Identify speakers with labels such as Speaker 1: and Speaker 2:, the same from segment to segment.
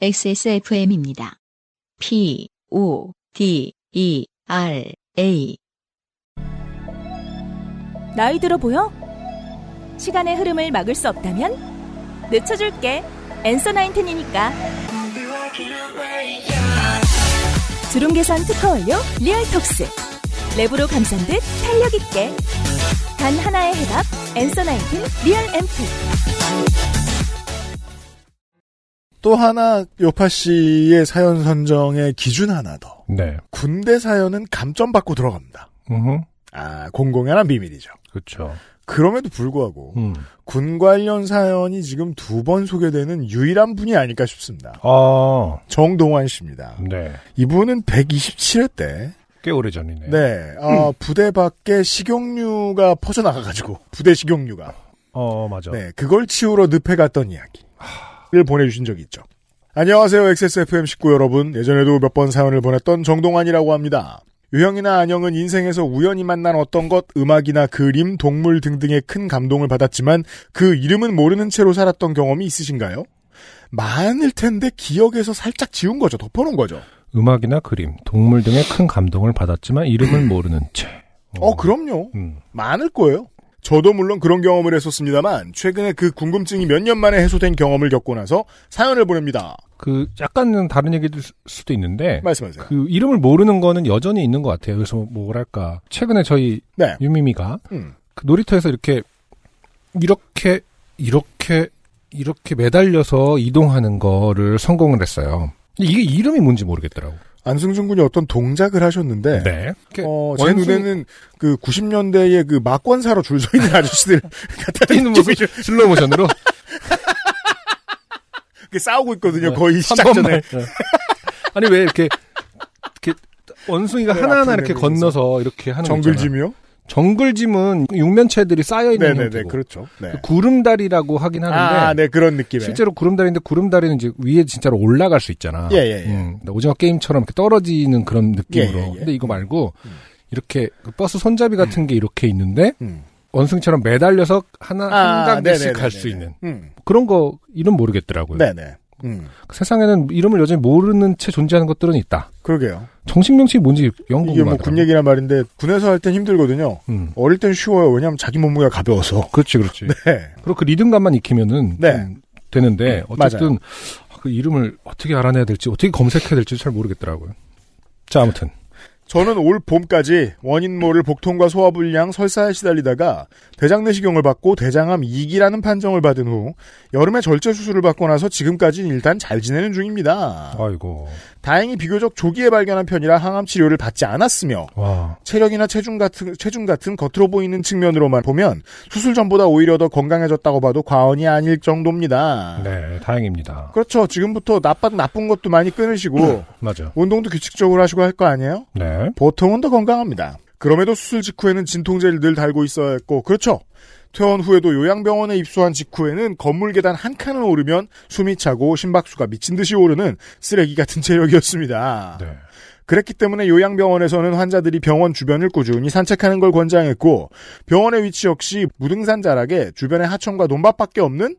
Speaker 1: XSFM입니다. P, O, D, E, R, A.
Speaker 2: 나이 들어 보여? 시간의 흐름을 막을 수 없다면 늦춰줄게. 엔서 나인틴이니까. 주름 개선 특허 완료 리얼톡스. 랩으로 감싼 듯 탄력 있게. 단 하나의 해답. 엔서 나인틴 리얼 앰플.
Speaker 3: 또 하나 요파 씨의 사연 선정의 기준 하나 더.
Speaker 4: 네.
Speaker 3: 군대 사연은 감점 받고 들어갑니다.
Speaker 4: 음.
Speaker 3: 아, 공공연한 비밀이죠.
Speaker 4: 그렇죠.
Speaker 3: 그럼에도 불구하고
Speaker 4: 음.
Speaker 3: 군 관련 사연이 지금 두 번 소개되는 유일한 분이 아닐까 싶습니다.
Speaker 4: 아.
Speaker 3: 정동환 씨입니다.
Speaker 4: 네.
Speaker 3: 이분은 127회 때
Speaker 4: 꽤 오래 전이네.
Speaker 3: 네, 어, 부대 밖에 식용유가 퍼져나가가지고 부대 식용유가
Speaker 4: 어, 맞아.
Speaker 3: 네, 그걸 치우러 늪에 갔던 이야기를 보내주신 적이 있죠. 안녕하세요, XSFM 식구 여러분. 예전에도 몇 번 사연을 보냈던 정동환이라고 합니다. 유형이나 안형은 인생에서 우연히 만난 어떤 것, 음악이나 그림, 동물 등등의 큰 감동을 받았지만 그 이름은 모르는 채로 살았던 경험이 있으신가요? 많을 텐데 기억에서 살짝 지운 거죠. 덮어놓은 거죠.
Speaker 4: 음악이나 그림, 동물 등의 큰 감동을 받았지만 이름을 모르는 채.
Speaker 3: 음. 어, 그럼요.
Speaker 4: 음.
Speaker 3: 많을 거예요. 저도 물론 그런 경험을 했었습니다만 최근에 그 궁금증이 몇 년 만에 해소된 경험을 겪고 나서 사연을 보냅니다.
Speaker 4: 그 약간은 다른 얘기일 수- 수도 있는데
Speaker 3: 말씀하세요.
Speaker 4: 그 이름을 모르는 거는 여전히 있는 것 같아요. 그래서 뭐랄까 최근에 저희
Speaker 3: 네.
Speaker 4: 유미미가
Speaker 3: 음.
Speaker 4: 그 놀이터에서 이렇게 이렇게 이렇게 이렇게 매달려서 이동하는 거를 성공을 했어요. 근데 이게 이름이 뭔지 모르겠더라고.
Speaker 3: 안승준 군이 어떤 동작을 하셨는데
Speaker 4: 네. 이렇게
Speaker 3: 어, 제
Speaker 4: 원숭이
Speaker 3: 눈에는 그 90년대의 그 막권사로 줄 서 있는 아저씨들 같은
Speaker 4: 뛰는 모습 슬로우 모션으로
Speaker 3: 게 싸우고 있거든요.
Speaker 4: 네,
Speaker 3: 거의
Speaker 4: 한
Speaker 3: 시작 전에
Speaker 4: 번만. 네. 아니 왜 이렇게 이렇게 원숭이가
Speaker 3: 네,
Speaker 4: 하나하나
Speaker 3: 앞으로
Speaker 4: 이렇게
Speaker 3: 내밀면서.
Speaker 4: 건너서 이렇게 하는 거
Speaker 3: 정글짐이요?
Speaker 4: 있잖아. 정글짐은 육면체들이 쌓여 있는
Speaker 3: 네네네
Speaker 4: 형태고
Speaker 3: 그렇죠. 네.
Speaker 4: 그 구름다리라고 하긴 하는데
Speaker 3: 아, 네 그런 느낌의
Speaker 4: 실제로 구름다리인데 구름다리는 이제 위에 진짜로 올라갈 수 있잖아.
Speaker 3: 예, 예, 예.
Speaker 4: 음, 근데 오징어 게임처럼 이렇게 떨어지는 그런 느낌으로.
Speaker 3: 예, 예, 예.
Speaker 4: 근데 이거 말고 이렇게 그 버스 손잡이 같은 게 이렇게 있는데
Speaker 3: 음.
Speaker 4: 원숭이처럼 매달려서 하나
Speaker 3: 아,
Speaker 4: 한 단계씩
Speaker 3: 네네네네네.
Speaker 4: 갈 수 있는
Speaker 3: 음.
Speaker 4: 그런 거 이름 모르겠더라고요.
Speaker 3: 네네. 음.
Speaker 4: 세상에는 이름을 여전히 모르는 채 존재하는 것들은 있다.
Speaker 3: 그러게요.
Speaker 4: 정식 명칭이 뭔지 영
Speaker 3: 이게 뭐 군
Speaker 4: 궁금하더라고.
Speaker 3: 얘기란 말인데 군에서 할 땐 힘들거든요.
Speaker 4: 음.
Speaker 3: 어릴 땐 쉬워요. 왜냐하면 자기 몸무게가 가벼워서.
Speaker 4: 그렇지, 그렇지.
Speaker 3: 네.
Speaker 4: 그리고 그 리듬감만 익히면은
Speaker 3: 네. 음,
Speaker 4: 좀 되는데 어쨌든 그 이름을 어떻게 알아내야 될지 어떻게 검색해야 될지 잘 모르겠더라고요. 자 아무튼
Speaker 3: 네. 저는 올 봄까지 원인 모를 복통과 소화불량, 설사에 시달리다가 대장 내시경을 받고 대장암 2기라는 판정을 받은 후 여름에 절제 수술을 받고 나서 지금까지는 일단 잘 지내는 중입니다.
Speaker 4: 아이고
Speaker 3: 다행히 비교적 조기에 발견한 편이라 항암 치료를 받지 않았으며
Speaker 4: 와
Speaker 3: 체력이나 체중 같은 체중 같은 겉으로 보이는 측면으로만 보면 수술 전보다 오히려 더 건강해졌다고 봐도 과언이 아닐 정도입니다.
Speaker 4: 네, 다행입니다.
Speaker 3: 그렇죠. 지금부터 나빠 나쁜 것도 많이
Speaker 4: 네.
Speaker 3: 끊으시고
Speaker 4: 맞아.
Speaker 3: 운동도 규칙적으로 하시고 할 거 아니에요?
Speaker 4: 네.
Speaker 3: 보통은 더 건강합니다. 그럼에도 수술 직후에는 진통제를 늘 달고 있어야 했고, 그렇죠. 퇴원 후에도 요양병원에 입소한 직후에는 건물 계단 한 칸을 오르면 숨이 차고 심박수가 미친 듯이 오르는 쓰레기 같은 체력이었습니다.
Speaker 4: 네.
Speaker 3: 그랬기 때문에 요양병원에서는 환자들이 병원 주변을 꾸준히 산책하는 걸 권장했고, 병원의 위치 역시 무등산 자락에 주변에 하천과 논밭밖에 없는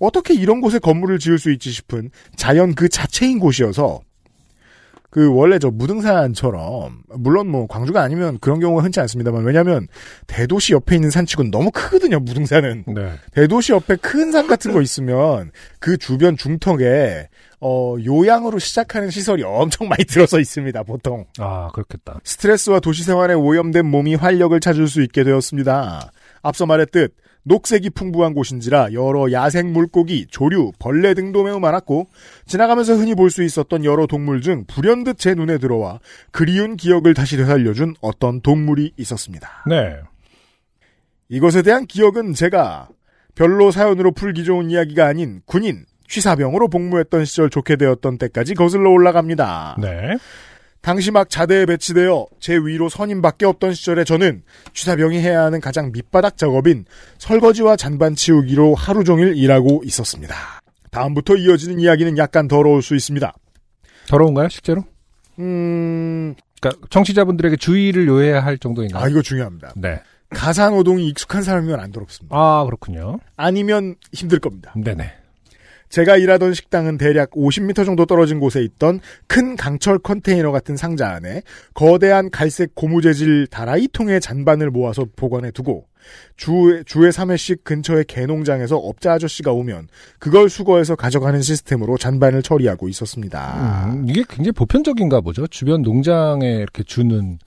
Speaker 3: 어떻게 이런 곳에 건물을 지을 수 있지 싶은 자연 그 자체인 곳이어서 그 원래 저 무등산처럼 물론 뭐 광주가 아니면 그런 경우가 흔치 않습니다만 왜냐하면 대도시 옆에 있는 산치고는 너무 크거든요 무등산은
Speaker 4: 네.
Speaker 3: 대도시 옆에 큰 산 같은 거 있으면 그 주변 중턱에 어 요양으로 시작하는 시설이 엄청 많이 들어서 있습니다 보통
Speaker 4: 아, 그렇겠다.
Speaker 3: 스트레스와 도시 생활에 오염된 몸이 활력을 찾을 수 있게 되었습니다. 앞서 말했듯 녹색이 풍부한 곳인지라 여러 야생 물고기, 조류, 벌레 등도 매우 많았고 지나가면서 흔히 볼 수 있었던 여러 동물 중 불현듯 제 눈에 들어와 그리운 기억을 다시 되살려준 어떤 동물이 있었습니다.
Speaker 4: 네.
Speaker 3: 이것에 대한 기억은 제가 별로 사연으로 풀기 좋은 이야기가 아닌 군인, 취사병으로 복무했던 시절 좋게 되었던 때까지 거슬러 올라갑니다.
Speaker 4: 네.
Speaker 3: 당시 막 자대에 배치되어 제 위로 선임밖에 없던 시절에 저는 취사병이 해야 하는 가장 밑바닥 작업인 설거지와 잔반 치우기로 하루 종일 일하고 있었습니다. 다음부터 이어지는 이야기는 약간 더러울 수 있습니다.
Speaker 4: 더러운가요, 실제로?
Speaker 3: 음,
Speaker 4: 그러니까 청취자분들에게 주의를 요해야 할 정도인가요?
Speaker 3: 아, 이거 중요합니다.
Speaker 4: 네.
Speaker 3: 가사노동이 익숙한 사람이면 안 더럽습니다.
Speaker 4: 아, 그렇군요.
Speaker 3: 아니면 힘들 겁니다.
Speaker 4: 네네.
Speaker 3: 제가 일하던 식당은 대략 50m 정도 떨어진 곳에 있던 큰 강철 컨테이너 같은 상자 안에 거대한 갈색 고무 재질 다라이 통의 잔반을 모아서 보관해 두고 주, 주에 3회씩 근처의 개농장에서 업자 아저씨가 오면 그걸 수거해서 가져가는 시스템으로 잔반을 처리하고 있었습니다.
Speaker 4: 음, 이게 굉장히 보편적인가 보죠. 주변 농장에 이렇게 주는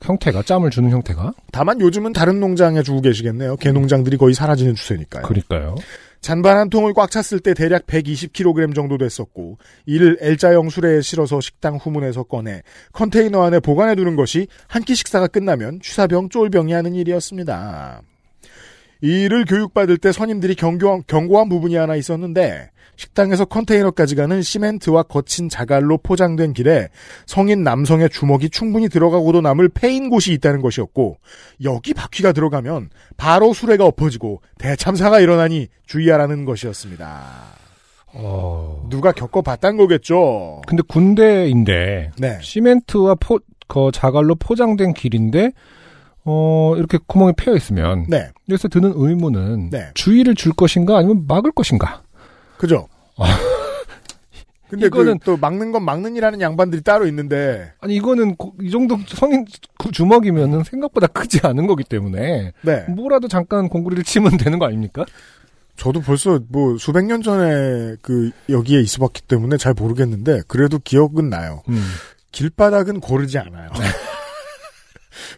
Speaker 4: 형태가 짬을 주는 형태가.
Speaker 3: 다만 요즘은 다른 농장에 주고 계시겠네요. 개농장들이 거의 사라지는 추세니까요.
Speaker 4: 그러니까요.
Speaker 3: 잔반 한 통을 꽉 찼을 때 대략 120kg 정도 됐었고 이를 L자형 수레에 실어서 식당 후문에서 꺼내 컨테이너 안에 보관해 두는 것이 한 끼 식사가 끝나면 취사병 쫄병이 하는 일이었습니다. 이를 교육받을 때 선임들이 경고, 경고한 부분이 하나 있었는데 식당에서 컨테이너까지 가는 시멘트와 거친 자갈로 포장된 길에 성인 남성의 주먹이 충분히 들어가고도 남을 패인 곳이 있다는 것이었고 여기 바퀴가 들어가면 바로 수레가 엎어지고 대참사가 일어나니 주의하라는 것이었습니다.
Speaker 4: 어.
Speaker 3: 누가 겪어봤단 거겠죠.
Speaker 4: 근데 군대인데
Speaker 3: 네.
Speaker 4: 시멘트와 포, 그 자갈로 포장된 길인데 어 이렇게 구멍이 패여 있으면
Speaker 3: 네.
Speaker 4: 여기서 드는 의문은
Speaker 3: 네.
Speaker 4: 주의를 줄 것인가 아니면 막을 것인가?
Speaker 3: 그죠? 근데
Speaker 4: 이거는-
Speaker 3: 그 또 막는 건 막는이라는 양반들이 따로 있는데
Speaker 4: 아니 이거는 고- 이 정도 성인 구- 주먹이면은 생각보다 크지 않은 거기 때문에
Speaker 3: 네.
Speaker 4: 뭐라도 잠깐 공구리를 치면 되는 거 아닙니까?
Speaker 3: 저도 벌써 뭐 수백 년 전에 그 여기에 있어봤기 때문에 잘 모르겠는데 그래도 기억은 나요. 네.
Speaker 4: 음.
Speaker 3: 길바닥은 고르지 않아요.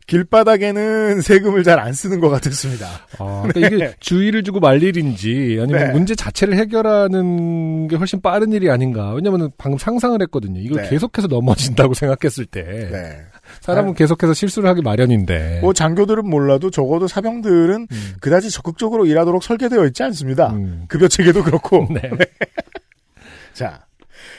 Speaker 3: 길바닥에는 세금을 잘 안 쓰는 것 같았습니다.
Speaker 4: 아, 그러니까 이게 주의를 주고 말 일인지 아니면
Speaker 3: 네.
Speaker 4: 문제 자체를 해결하는 게 훨씬 빠른 일이 아닌가? 왜냐면 방금 상상을 했거든요. 이걸
Speaker 3: 네.
Speaker 4: 계속해서 넘어진다고 생각했을 때
Speaker 3: 네.
Speaker 4: 사람은 계속해서 실수를 하기 마련인데.
Speaker 3: 뭐 장교들은 몰라도 적어도 사병들은
Speaker 4: 예. 음.
Speaker 3: 그다지 적극적으로 일하도록 설계되어 있지 않습니다.
Speaker 4: 음.
Speaker 3: 급여 체계도 그렇고.
Speaker 4: 네.
Speaker 3: 자.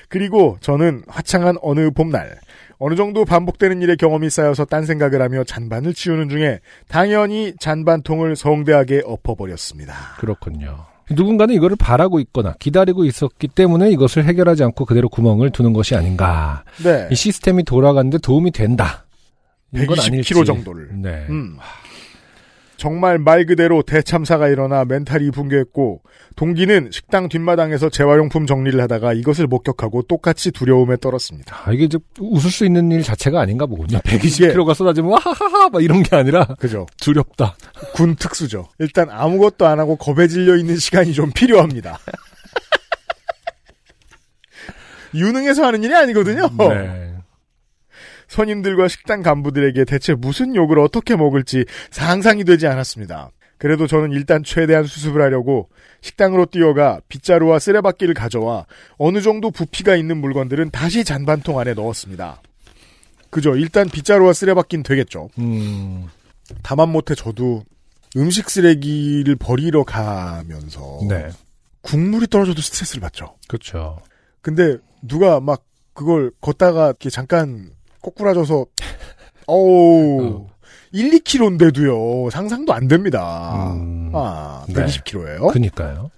Speaker 3: 그리고 저는 화창한 어느 봄날 어느 정도 반복되는 일에 경험이 쌓여서 딴 생각을 하며 잔반을 치우는 중에 당연히 잔반통을 성대하게 엎어버렸습니다.
Speaker 4: 그렇군요. 누군가는 이거를 바라고 있거나 기다리고 있었기 때문에 이것을 해결하지 않고 그대로 구멍을 두는 것이 아닌가.
Speaker 3: 네.
Speaker 4: 이 시스템이 돌아가는데 도움이 된다. 이건
Speaker 3: 120kg
Speaker 4: 아닐지.
Speaker 3: 정도를.
Speaker 4: 네.
Speaker 3: 음. 정말 말 그대로 대참사가 일어나 멘탈이 붕괴했고 동기는 식당 뒷마당에서 재활용품 정리를 하다가 이것을 목격하고 똑같이 두려움에 떨었습니다.
Speaker 4: 아, 이게 이제 웃을 수 있는 일 자체가 아닌가 보군요.
Speaker 3: 이게-
Speaker 4: 120kg가 쏟아지면 와하하하 막 이런 게 아니라
Speaker 3: 그죠?
Speaker 4: 두렵다.
Speaker 3: 군 특수죠. 일단 아무것도 안 하고 겁에 질려 있는 시간이 좀 필요합니다. 유능해서 하는 일이 아니거든요.
Speaker 4: 네.
Speaker 3: 선임들과 식당 간부들에게 대체 무슨 욕을 어떻게 먹을지 상상이 되지 않았습니다. 그래도 저는 일단 최대한 수습을 하려고 식당으로 뛰어가 빗자루와 쓰레받기를 가져와 어느 정도 부피가 있는 물건들은 다시 잔반통 안에 넣었습니다. 그죠. 일단 빗자루와 쓰레받기는 되겠죠.
Speaker 4: 음.
Speaker 3: 다만 못해 저도 음식 쓰레기를 버리러 가면서
Speaker 4: 네.
Speaker 3: 국물이 떨어져도 스트레스를 받죠.
Speaker 4: 그렇죠.
Speaker 3: 근데 누가 막 그걸 걷다가 이렇게 잠깐 꼬꾸라져서 어우
Speaker 4: 어.
Speaker 3: 1, 2kg인데도요 상상도 안 됩니다.
Speaker 4: 음.
Speaker 3: 아
Speaker 4: 네.
Speaker 3: 120kg예요.
Speaker 4: 그니까요.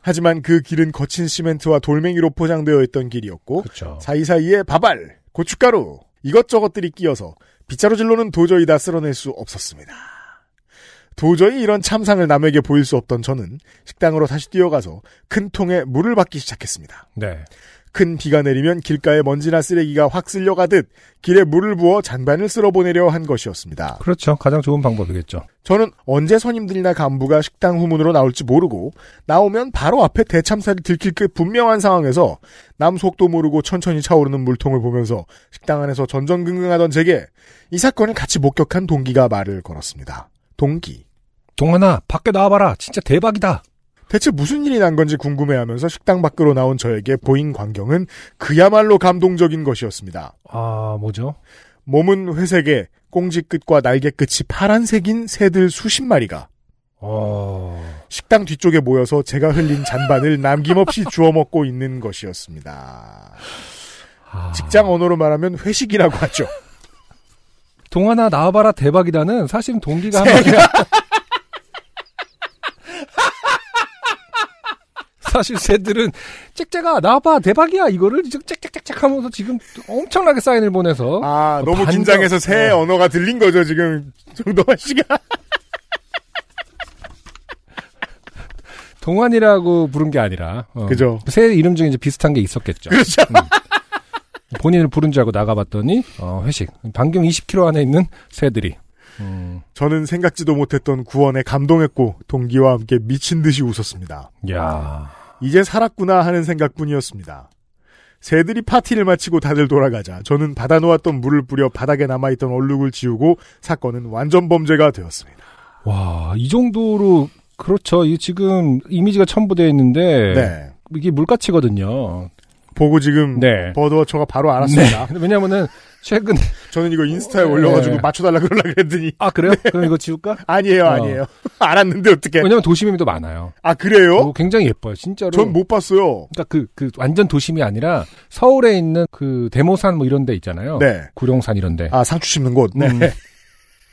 Speaker 3: 하지만 그 길은 거친 시멘트와 돌멩이로 포장되어 있던 길이었고
Speaker 4: 그렇죠.
Speaker 3: 사이사이에 바발, 고춧가루, 이것저것들이 끼어서 빗자루질로는 도저히 다 쓸어낼 수 없었습니다. 도저히 이런 참상을 남에게 보일 수 없던 저는 식당으로 다시 뛰어가서 큰 통에 물을 받기 시작했습니다.
Speaker 4: 네.
Speaker 3: 큰 비가 내리면 길가에 먼지나 쓰레기가 확 쓸려가듯 길에 물을 부어 잔반을 쓸어보내려 한 것이었습니다.
Speaker 4: 그렇죠. 가장 좋은 방법이겠죠.
Speaker 3: 저는 언제 선임들이나 간부가 식당 후문으로 나올지 모르고 나오면 바로 앞에 대참사를 들킬 그 분명한 상황에서 남속도 모르고 천천히 차오르는 물통을 보면서 식당 안에서 전전긍긍하던 제게 이 사건을 같이 목격한 동기가 말을 걸었습니다. 동기.
Speaker 4: 동환아, 밖에 나와봐라. 진짜 대박이다.
Speaker 3: 대체 무슨 일이 난 건지 궁금해하면서 식당 밖으로 나온 저에게 보인 광경은 그야말로 감동적인 것이었습니다.
Speaker 4: 아, 뭐죠?
Speaker 3: 몸은 회색에 꽁지 끝과 날개 끝이 파란색인 새들 수십 마리가
Speaker 4: 어.
Speaker 3: 식당 뒤쪽에 모여서 제가 흘린 잔반을 남김없이 주워 먹고 있는 것이었습니다.
Speaker 4: 아.
Speaker 3: 직장 언어로 말하면 회식이라고 하죠.
Speaker 4: 동환아 나와봐라 대박이다는 사실 동기가 한 말이 사실 새들은 짹짹아 나와봐 대박이야 이거를 지금 짹짹짹짹 하면서 지금 엄청나게 사인을 보내서
Speaker 3: 아, 너무
Speaker 4: 어? 반전.
Speaker 3: 긴장해서 새
Speaker 4: 네.
Speaker 3: 언어가 들린 거죠, 지금. 정동환 씨가.
Speaker 4: 동안이라고 부른 게 아니라 어,
Speaker 3: 그죠.
Speaker 4: 새 이름 중에 이제 비슷한 게 있었겠죠.
Speaker 3: 그렇죠.
Speaker 4: 음. 본인을 부른 줄 알고 나가봤더니 어, 회식 반경 20km 안에 있는 새들이 음,
Speaker 3: 저는 생각지도 못했던 구원에 감동했고 동기와 함께 미친 듯이 웃었습니다.
Speaker 4: 야
Speaker 3: 이제 살았구나 하는 생각뿐이었습니다. 새들이 파티를 마치고 다들 돌아가자 저는 받아놓았던 물을 뿌려 바닥에 남아있던 얼룩을 지우고 사건은 완전 범죄가 되었습니다.
Speaker 4: 와, 이 정도로, 그렇죠. 이 지금 이미지가 첨부되어 있는데,
Speaker 3: 네.
Speaker 4: 이게 물가치거든요.
Speaker 3: 보고 지금
Speaker 4: 네.
Speaker 3: 버드워처가 바로 알았습니다.
Speaker 4: 네. 왜냐면은, 최근,
Speaker 3: 저는 이거 인스타에
Speaker 4: 네.
Speaker 3: 올려가지고 맞춰달라 그러려고 했더니
Speaker 4: 아, 그래요? 그럼 이거 지울까?
Speaker 3: 아니에요 아니에요. 알았는데 어떻게
Speaker 4: 어. 왜냐면 도심이 더 많아요.
Speaker 3: 아 그래요?
Speaker 4: 어, 굉장히 예뻐요, 진짜로.
Speaker 3: 전 뭐- 못 봤어요.
Speaker 4: 그러니까 그, 그, 완전 도심이 아니라, 서울에 있는 그, 대모산 뭐 이런 데 있잖아요.
Speaker 3: 네.
Speaker 4: 구룡산 이런 데.
Speaker 3: 아 상추 심는 곳. 네.
Speaker 4: 음.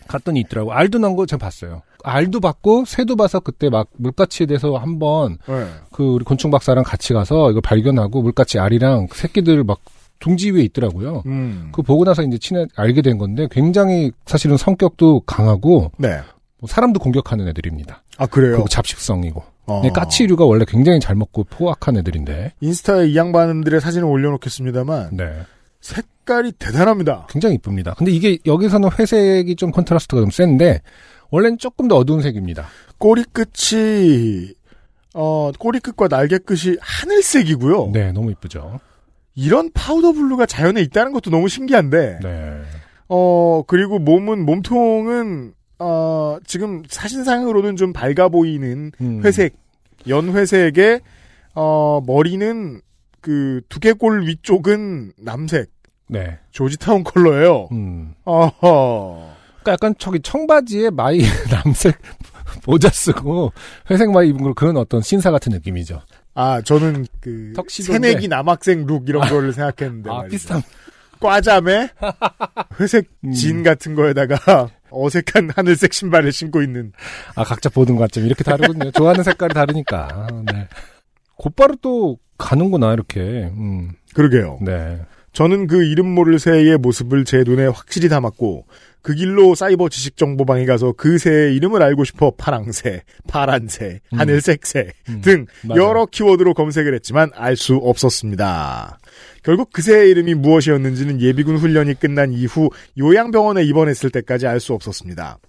Speaker 4: 갔더니 있더라고. 알도 난 거 제가 봤어요. 알도 봤고, 새도 봐서 그때 막 물가치에 대해서 한번
Speaker 3: 네.
Speaker 4: 그 우리 곤충 박사랑 같이 가서 이걸 발견하고 물가치 알이랑 그 새끼들 막 둥지 위에 있더라고요.
Speaker 3: 음.
Speaker 4: 그 보고 나서 이제 친해 알게 된 건데 굉장히 사실은 성격도 강하고
Speaker 3: 네.
Speaker 4: 뭐 사람도 공격하는 애들입니다.
Speaker 3: 아 그래요.
Speaker 4: 그리고 잡식성이고
Speaker 3: 어.
Speaker 4: 근데 까치류가 원래 굉장히 잘 먹고 포악한 애들인데
Speaker 3: 인스타에 이 양반들의 사진을 올려놓겠습니다만
Speaker 4: 네
Speaker 3: 색깔이 대단합니다.
Speaker 4: 굉장히 이쁩니다. 근데 이게 여기서는 회색이 좀 컨트라스트가 좀 센데 원래는 조금 더 어두운 색입니다.
Speaker 3: 꼬리 끝이 어 꼬리 끝과 날개 끝이 하늘색이고요.
Speaker 4: 네 너무 이쁘죠.
Speaker 3: 이런 파우더 블루가 자연에 있다는 것도 너무 신기한데
Speaker 4: 네
Speaker 3: 어 그리고 몸은 몸통은 어 지금 사진상으로는 좀 밝아 보이는
Speaker 4: 음.
Speaker 3: 회색 연회색에 어 머리는 그 두개골 위쪽은 남색
Speaker 4: 네
Speaker 3: 조지타운 컬러예요.
Speaker 4: 음.
Speaker 3: 어허.
Speaker 4: 그러니까 약간 저기 청바지에 마이 남색 모자 쓰고 회색 마이 입은 걸 그런 어떤 신사 같은 느낌이죠.
Speaker 3: 아 저는 그
Speaker 4: 턱시도인데.
Speaker 3: 새내기 남학생 룩 이런 거를 생각했는데
Speaker 4: 아
Speaker 3: 말이죠.
Speaker 4: 비슷한.
Speaker 3: 과자매 회색
Speaker 4: 음.
Speaker 3: 진 같은 거에다가 어색한 하늘색 신발을 신고 있는
Speaker 4: 아 각자 보는 관점 이렇게 다르거든요. 좋아하는 색깔이 다르니까. 네. 곧바로 또 가는구나 이렇게. 음.
Speaker 3: 그러게요.
Speaker 4: 네.
Speaker 3: 저는 그 이름 모를 새의 모습을 제 눈에 확실히 담았고 그 길로 사이버 지식 정보방에 가서 그 새의 이름을 알고 싶어 파랑새, 파란새,
Speaker 4: 음.
Speaker 3: 하늘색새
Speaker 4: 음.
Speaker 3: 등
Speaker 4: 맞아요.
Speaker 3: 여러 키워드로 검색을 했지만 알 수 없었습니다. 결국 그 새의 이름이 무엇이었는지는 예비군 훈련이 끝난 이후 요양병원에 입원했을 때까지 알 수 없었습니다.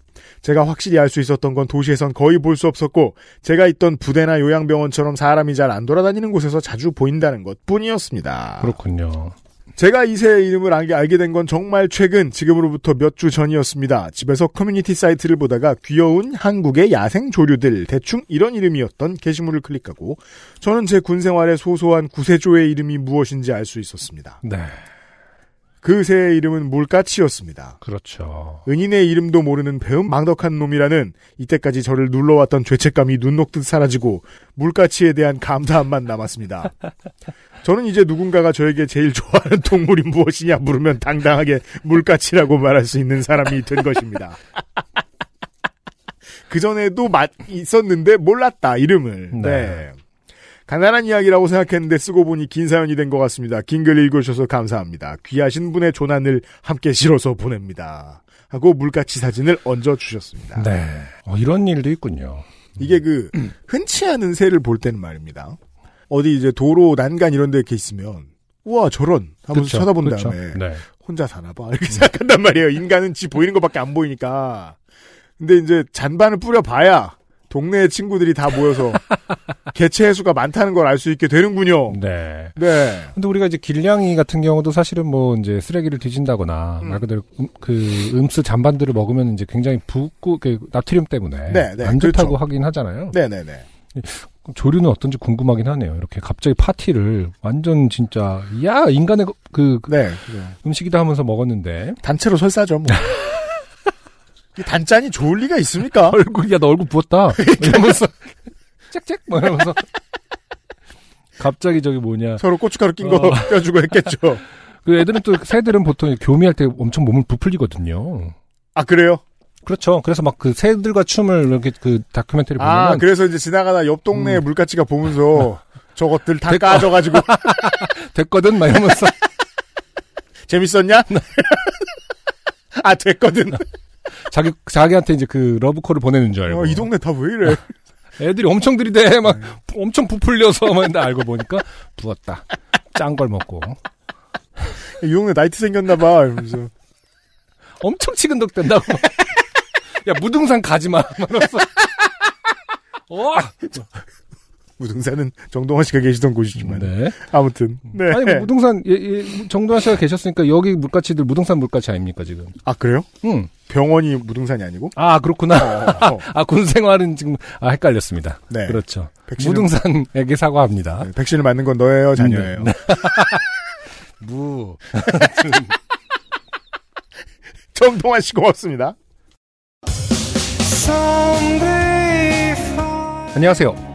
Speaker 3: 제가 확실히 알 수 있었던 건 도시에선 거의 볼 수 없었고 제가 있던 부대나 요양병원처럼 사람이 잘 안 돌아다니는 곳에서 자주 보인다는 것 뿐이었습니다.
Speaker 4: 그렇군요.
Speaker 3: 제가 이세의 이름을 알게, 알게 된 건 정말 최근, 지금으로부터 몇 주 전이었습니다. 집에서 커뮤니티 사이트를 보다가 귀여운 한국의 야생 조류들, 대충 이런 이름이었던 게시물을 클릭하고, 저는 제 군 생활의 소소한 구세조의 이름이 무엇인지 알 수 있었습니다.
Speaker 4: 네.
Speaker 3: 그 새의 이름은 물까치였습니다.
Speaker 4: 그렇죠.
Speaker 3: 은인의 이름도 모르는 배음 망덕한 놈이라는 이때까지 저를 눌러왔던 죄책감이 눈 녹듯 사라지고 물가치에 대한 감사함만 남았습니다. 저는 이제 누군가가 저에게 제일 좋아하는 동물이 무엇이냐 물으면 당당하게 물가치라고 말할 수 있는 사람이 된 것입니다. 그 전에도 맛 있었는데 몰랐다 이름을. 네.
Speaker 4: 네.
Speaker 3: 간단한 이야기라고 생각했는데 쓰고 보니 긴 사연이 된 것 같습니다. 긴 글 읽어주셔서 감사합니다. 귀하신 분의 조난을 함께 실어서 보냅니다. 하고 물가치 사진을 얹어 주셨습니다.
Speaker 4: 네. 어, 이런 일도 있군요.
Speaker 3: 이게 그 흔치 않은 새를 볼 때는 말입니다. 어디 이제 도로 난간 이런 데 이렇게 있으면 우와 저런 하면서
Speaker 4: 그쵸,
Speaker 3: 쳐다본
Speaker 4: 그쵸.
Speaker 3: 다음에
Speaker 4: 네.
Speaker 3: 혼자 사나 봐 이렇게 생각한단 말이에요. 인간은 지 보이는 것밖에 안 보이니까. 근데 이제 잔반을 뿌려봐야 동네 친구들이 다 모여서 개체 해수가 많다는 걸 알 수 있게 되는군요.
Speaker 4: 네.
Speaker 3: 네.
Speaker 4: 근데 우리가 이제 길냥이 같은 경우도 사실은 뭐 이제 쓰레기를 뒤진다거나
Speaker 3: 음.
Speaker 4: 말 그대로 음, 그 음수 잔반들을 먹으면 이제 굉장히 붓고 그 나트륨 때문에
Speaker 3: 네, 네,
Speaker 4: 안 좋다고
Speaker 3: 그렇죠.
Speaker 4: 하긴 하잖아요.
Speaker 3: 네네네.
Speaker 4: 그럼 조류는 어떤지 궁금하긴 하네요. 이렇게 갑자기 파티를 완전 진짜 야 인간의 그- 그, 그
Speaker 3: 네. 그죠.
Speaker 4: 음식이다 하면서 먹었는데
Speaker 3: 단체로 설사죠, 뭐. 이 단짠이 좋을 리가 있습니까?
Speaker 4: 얼굴 야너 얼굴 부었다 뭐 이러면서 짹짹 뭐 이러면서 갑자기 저기 뭐냐
Speaker 3: 서로 고춧가루 낀
Speaker 4: 어.
Speaker 3: 거 껴주고 했겠죠.
Speaker 4: 그 애들은 또 새들은 보통 교미할 때 엄청 몸을 부풀리거든요.
Speaker 3: 아, 그래요?
Speaker 4: 그렇죠. 그래서 막 그 새들과 춤을 이렇게 그 다큐멘터리 보면
Speaker 3: 아, 그래서 이제 지나가다 옆 동네 물가치가 보면서 저것들 다
Speaker 4: 됐다.
Speaker 3: 까져가지고 그
Speaker 4: 됐거든 막 이러면서
Speaker 3: 재밌었냐?
Speaker 4: 네.
Speaker 3: 아, 됐거든.
Speaker 4: 자기 자기한테 이제 그 러브콜을 보내는 줄 알고
Speaker 3: 어, 이 동네 다 왜 이래.
Speaker 4: 애들이 엄청 들이대 막
Speaker 3: 네.
Speaker 4: 엄청 부풀려서 막 했는데 알고 보니까 부었다. 짠 걸 먹고
Speaker 3: 이 형네 나이트 생겼나봐. 이러면서.
Speaker 4: 엄청 치근덕댄다고. 야 무등산 가지 마. 말았어. 와.
Speaker 3: 무등산은 정동원 씨가 계시던 곳이지만.
Speaker 4: 네.
Speaker 3: 아무튼. 네.
Speaker 4: 아니 뭐 무등산 예, 예, 정도환 씨가 계셨으니까 여기 물가치들 무등산 물가치 아닙니까 지금?
Speaker 3: 아, 그래요?
Speaker 4: 응.
Speaker 3: 병원이 무등산이 아니고?
Speaker 4: 아 그렇구나.
Speaker 3: 어, 어.
Speaker 4: 아 군생활은 지금 아 헷갈렸습니다.
Speaker 3: 네.
Speaker 4: 그렇죠.
Speaker 3: 백신은-
Speaker 4: 무등산에게 사과합니다.
Speaker 3: 네, 백신을 맞는 건 너예요, 자녀예요.
Speaker 4: 네. 무.
Speaker 3: 정동환 씨 고맙습니다.
Speaker 4: 안녕하세요.